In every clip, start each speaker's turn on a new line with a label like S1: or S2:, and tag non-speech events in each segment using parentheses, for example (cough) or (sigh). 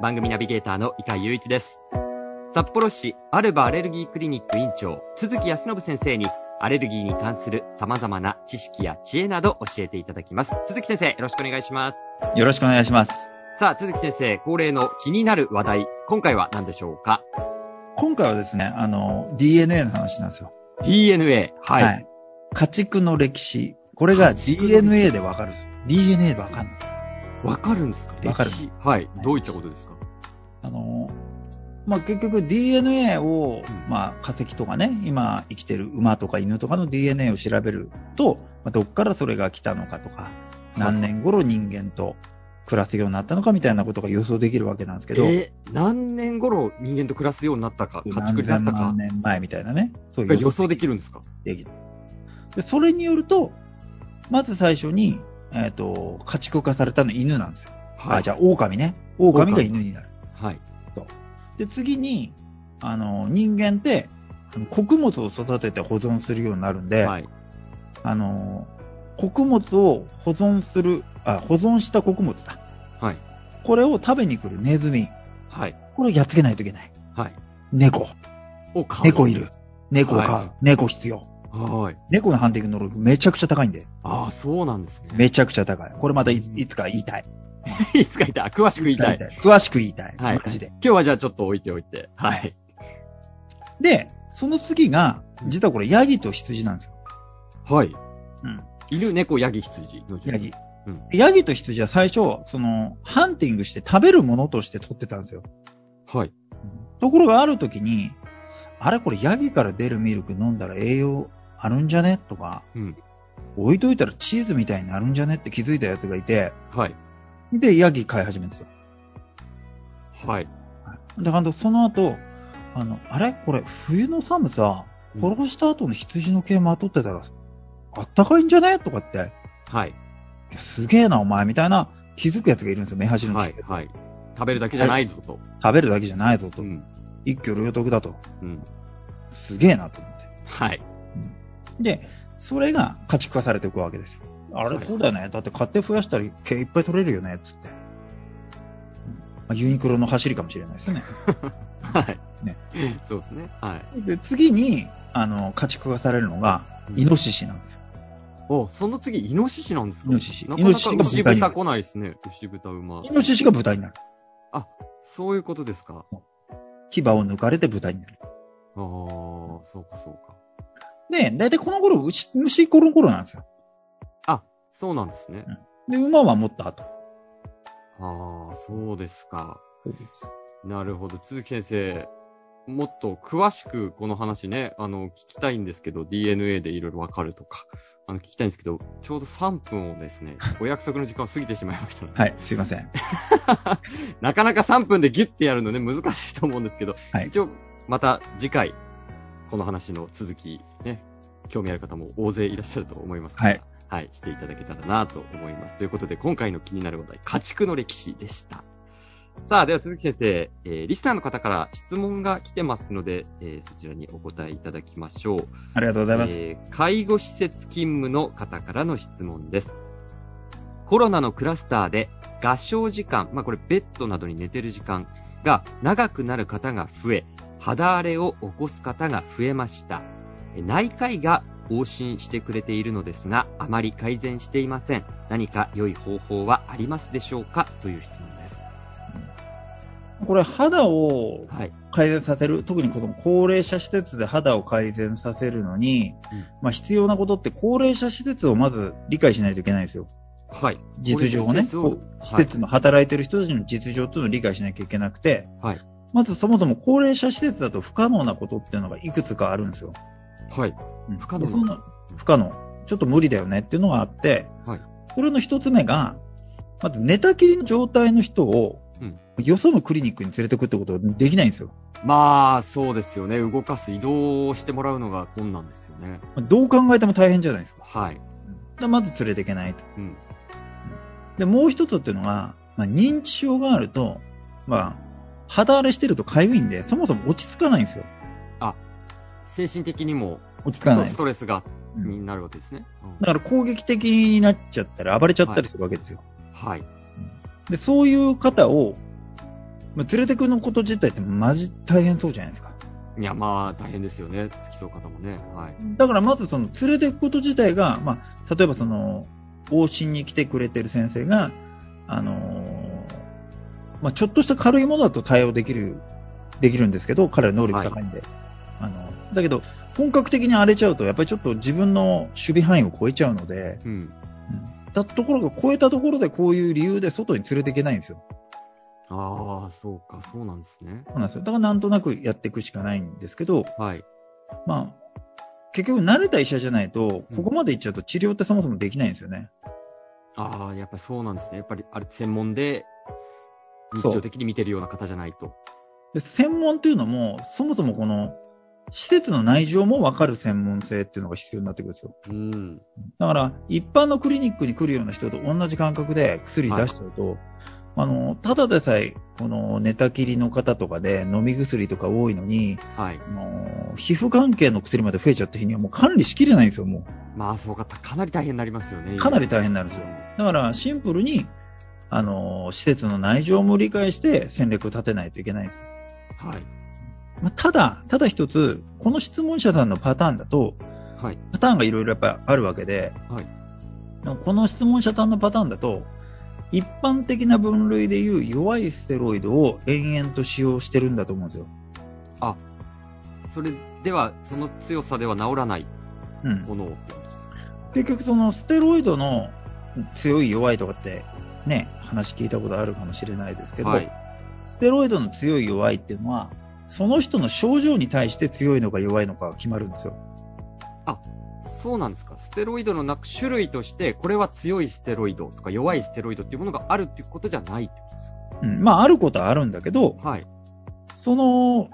S1: 番組ナビゲーターの伊川雄一です札幌市アルバアレルギークリニック院長鈴木康信先生にアレルギーに関する様々な知識や知恵など教えていただきます鈴木先生よろしくお願いします
S2: よろしくお願いします。
S1: さあ鈴木先生恒例の気になる話題今回は何でしょうか
S2: 今回はですね、あの、DNA の話なんですよ。
S1: DNA はい、
S2: 家畜の歴史。これ
S1: 家
S2: が
S1: 畜の歴史
S2: DNA でわかるんです。DNA でわかんない。
S1: わかるんですか
S2: わかる
S1: 歴史はい。どういったことですか
S2: あの、まあ、結局 DNA を、
S1: うん
S2: まあ、化石とかね、今生きてる馬とか犬とかの DNA を調べると、まあ、どっからそれが来たのかとか、何年頃人間と暮らすようになったのかみたいなことが予想できるわけなんですけど、
S1: えー何年頃人間と暮らすようになったか、家畜
S2: 何
S1: になっ
S2: 千
S1: たか
S2: 万年前みたいなね、そういう
S1: が予想できるんですか
S2: できる。で、それによると、まず最初に、えっ、と、家畜化されたの犬なんですよ。
S1: は
S2: あ、
S1: い
S2: じ。ゃあ、狼ね。狼が犬になる。
S1: はい。
S2: で、次に、あの、人間って、あの穀物を育てて保存するようになるんで、
S1: はい。
S2: あの、穀物を保存する、あ、保存した穀物だ。
S1: はい。
S2: これを食べに来るネズミ。
S1: はい。
S2: これをやっつけないといけない。
S1: はい。
S2: 猫。
S1: お、か
S2: 猫いる。猫を飼う。
S1: はい
S2: 猫必要。
S1: はい。
S2: 猫のハンティング能力めちゃくちゃ高いんで。
S1: ああ、そうなんですね。
S2: めちゃくちゃ高い。これまたいいつか言いたい。
S1: (laughs) いつか言いたい。詳しく言いたい。
S2: 詳しく言いたい。
S1: はい。
S2: マジで。
S1: 今日はじゃあちょっと置いておいて。はい。
S2: で、その次が、実はこれ、ヤギと羊なんですよ。
S1: はい。
S2: うん。
S1: 犬、猫、ヤギ、羊の順
S2: ヤギ。
S1: うん
S2: ヤギと羊は最初、その、ハンティングして食べるものとして取ってたんですよ。
S1: はい。
S2: ところがある時に、あれこれヤギから出るミルク飲んだら栄養あるんじゃねとか、
S1: うん
S2: 置いといたらチーズみたいになるんじゃねって気づいたやつがいて、
S1: はい。
S2: で、ヤギ飼い始めるんですよ。
S1: はい。
S2: はいで、あの、その後、あの、あれこれ、冬の寒さ、殺した後の羊の毛まとってたら、あったかいんじゃねとかって、
S1: はい。
S2: いやすげえな、お前、みたいな、気づくやつがいるんですよ、目端の、
S1: はい。はい。食べるだけじゃないぞと。
S2: 食べるだけじゃないぞと。
S1: うん。
S2: 一挙両得だと。
S1: うん。
S2: すげえな、と思って。
S1: はい。
S2: で、それが家畜化されていくわけですよ。あれ、
S1: はい
S2: そうだよね。だって買って増やしたら毛いっぱい取れるよね、つって。うんまあ、ユニクロの走りかもしれないですよね。
S1: はい。
S2: ね
S1: そうですね。はい。
S2: で、次に、あの、家畜化されるのが、イノシシなんですよ
S1: お、その次、イノシシなんですか
S2: イノシシ
S1: なか
S2: イ
S1: な
S2: ノシ
S1: か
S2: シが
S1: 牛
S2: 豚に
S1: 豚来ないですね。牛豚馬
S2: イ。ノシシが豚になる。
S1: そういうことですか。
S2: 牙を抜かれて豚になる。
S1: ああ、そうかそうか。
S2: で、だいたいこの頃、牛、虫この頃なんですよ。
S1: そうなんですね。
S2: で、馬は持った後。
S1: ああ、そうですか。なるほど。鈴木先生、もっと詳しくこの話ね、あの、聞きたいんですけど、DNA でいろいろわかるとか、あの、聞きたいんですけど、ちょうど3分をですね、お約束の時間を過ぎてしまいましたので、
S2: はい、すいません。
S1: なかなか3分でギュッてやるのね、難しいと思うんですけど、
S2: はい
S1: 一応、また次回、この話の続き、ね、興味ある方も大勢いらっしゃると思いますから、
S2: はい
S1: はい、していただけたらなと思います。ということで、今回の気になる話題、家畜の歴史でした。さあ、では鈴木先生、えーリスナーの方から質問が来てますので、えーそちらにお答えいただきましょう。
S2: ありがとうございます。
S1: えー介護施設勤務の方からの質問です。コロナのクラスターで合床時間、まあこれベッドなどに寝てる時間が長くなる方が増え、肌荒れを起こす方が増えました。え内科医が往診してくれているのですが、あまり改善していません。何か良い方法はありますでしょうかという質問です。
S2: これ、肌を
S1: はい。
S2: 改善させる、特にこの高齢者施設で肌を改善させるのに、
S1: うん
S2: まあ必要なことって高齢者施設をまず理解しないといけないんですよ。
S1: はい。
S2: 実情をね。
S1: 施設を
S2: こう施設の働いてる人たちの実情っていうのを理解しなきゃいけなくて、
S1: はい
S2: まずそもそも高齢者施設だと不可能なことっていうのがいくつかあるんですよ。
S1: はい。
S2: うん
S1: 不可能
S2: でそんな不可能。ちょっと無理だよねっていうのがあって、
S1: はい
S2: それの一つ目が、まず寝たきりの状態の人を
S1: うん
S2: よそのクリニックに連れてくってことできないんですよ。
S1: まあ、そうですよね。動かす、移動してもらうのが困難ですよね。
S2: どう考えても大変じゃないですか。
S1: はい。
S2: だまず連れていけないと。
S1: うん。
S2: で、もう一つっていうのが、まあ、認知症があると、まあ、肌荒れしてると痒いんで、そもそも落ち着かないんですよ。
S1: 精神的にも、
S2: 落ち着かない
S1: ス。トレスが、
S2: うん
S1: になるわけですね。うん
S2: だから攻撃的になっちゃったら暴れちゃったりするわけですよ。
S1: はい。
S2: で、そういう方を、まあ、連れてくのこと自体ってマジ大変そうじゃないですか。
S1: いや、まあ、大変ですよね。付き添う方もね。はい。
S2: だからまずその連れていくこと自体が、まあ、例えばその、往診に来てくれてる先生が、あのーまあ、ちょっとした軽いものだと対応できる、できるんですけど、彼ら能力高いんで。あの、だけど、本格的に荒れちゃうと、やっぱりちょっと自分の守備範囲を超えちゃうので、
S1: うん。
S2: うん、だところが超えたところでこういう理由で外に連れていけないんですよ。
S1: ああ、そうか、そうなんですね。
S2: そうなんですよ。だからなんとなくやっていくしかないんですけど、
S1: はい。
S2: まあ、結局慣れた医者じゃないと、ここまで行っちゃうと治療ってそもそもできないんですよね。
S1: ああ、やっぱりそうなんですね。やっぱり、あれ、専門で、日常的に見てるような方じゃないと。
S2: で専門というのも、そもそもこの施設の内情も分かる専門性っていうのが必要になってくるんですよ。
S1: うん。
S2: だから、一般のクリニックに来るような人と同じ感覚で薬出しちゃうと、あの、ただでさえ、この寝たきりの方とかで飲み薬とか多いのに、
S1: はい。
S2: あの皮膚関係の薬まで増えちゃった日にはもう管理しきれないんですよ、も
S1: まあ、そうか、かなり大変になりますよね。
S2: う。
S1: 今
S2: かなり大変になるんですよ。だから、シンプルに、あの、施設の内情も理解して戦略を立てないといけないんですよ
S1: はい。
S2: まあ、ただ、ただ一つ、この質問者さんのパターンだと、
S1: はい。
S2: パターンがいろいろやっぱあるわけで、
S1: はい
S2: この質問者さんのパターンだと、一般的な分類でいう弱いステロイドを延々と使用してるんだと思うんですよ。
S1: それでは、その強さでは治らない
S2: うん、
S1: ものをってことですか。
S2: 結局そのステロイドの強い弱いとかってね、話聞いたことあるかもしれないですけど、
S1: はい。
S2: ステロイドの強い弱いっていうのは、その人の症状に対して強いのか弱いのかが決まるんですよ。
S1: そうなんですか。ステロイドのなく種類として、これは強いステロイドとか弱いステロイドっていうものがあるっていうことじゃないってことです
S2: うん、まああることはあるんだけど、
S1: か。はい。
S2: その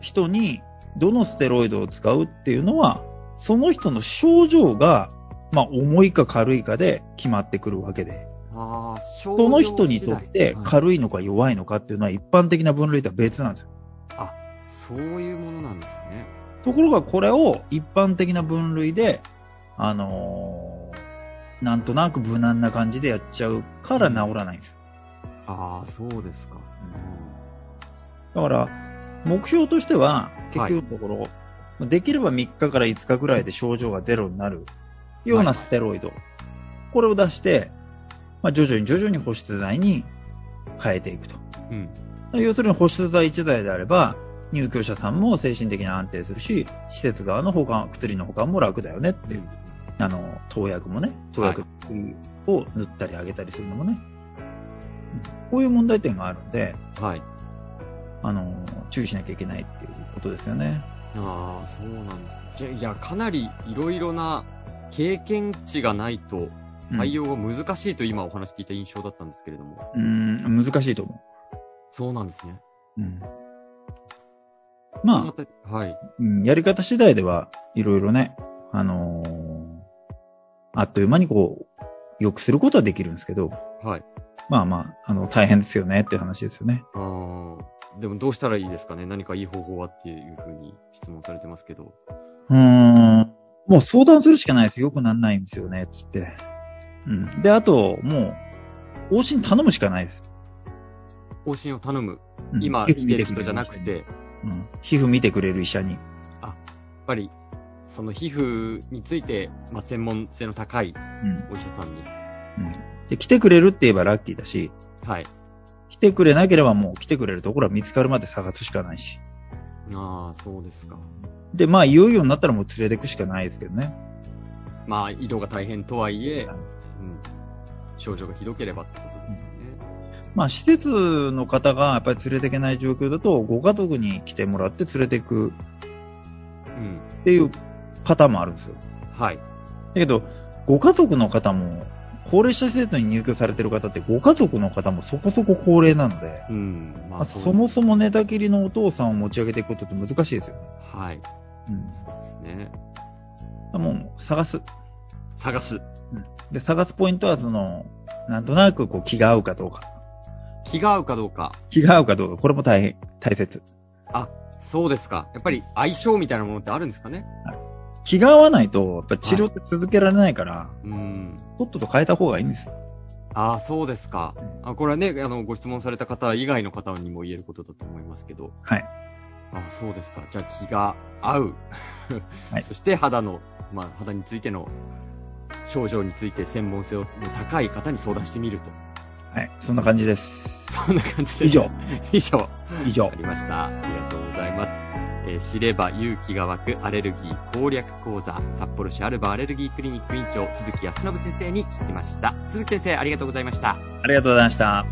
S2: 人にどのステロイドを使うっていうのは、その人の症状が、まあ、重いか軽いかで決まってくるわけで、
S1: ああ、そ
S2: その人にとって
S1: はい、
S2: 軽いのか弱いのかっていうのは一般的な分類とは別なんですよ。
S1: そういうものなんですね。
S2: ところがこれを一般的な分類で、あのーなんとなく無難な感じでやっちゃうから治らないんですよ。
S1: ああ、そうですか。
S2: だから、目標としては、結局のところ、できれば3日から5日ぐらいで症状がゼロになるよう
S1: は
S2: ないステロイド、これを出して、まあ、徐々に徐々に保湿剤に変えていくと。
S1: うん。うん。
S2: 要するに保湿剤1剤であれば、入居者さんも精神的に安定するし、施設側の保管、薬の保管も楽だよねっていう、あの、投薬もね、投薬を塗ったり上げたりするのもね、うんこういう問題点があるんで、
S1: はい。
S2: あの、注意しなきゃいけないっていうことですよね。
S1: ああ、そうなんですね。じゃいや、かなりいろいろな経験値がないと、
S2: うん
S1: 対応が難しいと今お話聞いた印象だったんですけれども。
S2: うーん、難しいと思
S1: そうなんですね。
S2: う。うん、
S1: その
S2: まあ、
S1: あたりはい。
S2: うんやり方次第では、いろいろね、あのーあっという間にこう、良くすることはできるんですけど、
S1: はい。
S2: まあまあ、あの、大変ですよねっていう話ですよね。
S1: あーでもどうしたらいいですかね何かいい方法はっていうふうに質問されてますけど。
S2: うーん、もう相談するしかないです。良くならないんですよね、つって。うん。で、あと、もう、往診頼むしかないです。
S1: 方針を頼む。
S2: うん
S1: 今、来てる人じゃなくて、やっ、
S2: うん皮膚見てくれる医者に。
S1: ぱり、その皮膚について、まあ、専門性の高い
S2: うん。
S1: お医者さんに。
S2: で、来てくれるって言えばラッキーだし、
S1: はい。
S2: 来てくれなければもう来てくれるところは見つかるまで探すしかないし。
S1: ああ、そうですか。
S2: で、まあ、いよいよになったらもう連れてくしかないですけどね。
S1: まあ、移動が大変とはいえ、
S2: はい
S1: うん、症状がひどければってことですよね。
S2: まあ、施設の方がやっぱり連れていけない状況だと、ご家族に来てもらって連れていく
S1: うん。
S2: っていうパターンもあるんですよ。
S1: はい。
S2: だけど、ご家族の方も高齢者施設に入居されてる方ってご家族の方もそこそこ高齢なので、
S1: うん。ま
S2: まあそもそも寝たきりのお父さんを持ち上げていくことって難しいですよね。
S1: はい。そうですね。
S2: うん、もう探す。
S1: 探す。
S2: で、探すポイントは、その、なんとなくこう気が合うかどうか。
S1: 気が合うかどうか。
S2: 気が合うかどうか、これも大変、大切。
S1: あ、そうですか。やっぱり相性みたいなものってあるんですかね
S2: 気が合わないと、やっぱ治療って続けられないから、
S1: うん。
S2: とっとと変えた方がいいんですよ。
S1: ああ、そうですか。あこれはね、あの、ご質問された方以外の方にも言えることだと思いますけど。
S2: はい。
S1: ああ、そうですか。じゃあ気が合う。
S2: は
S1: (laughs)
S2: い
S1: そして肌の、まあ、肌についての症状について専門性の高い方に相談してみると。
S2: はい。そんな感じです。
S1: そんな感じで。
S2: 以上。。
S1: 以上。
S2: 以上
S1: あ。りました。ありがとうございます。えー知れば勇気が湧くアレルギー攻略講座、札幌市アルバアレルギークリニック委員長、鈴木康信先生に聞きました。鈴木先生、ありがとうございました。
S2: ありがとうございました。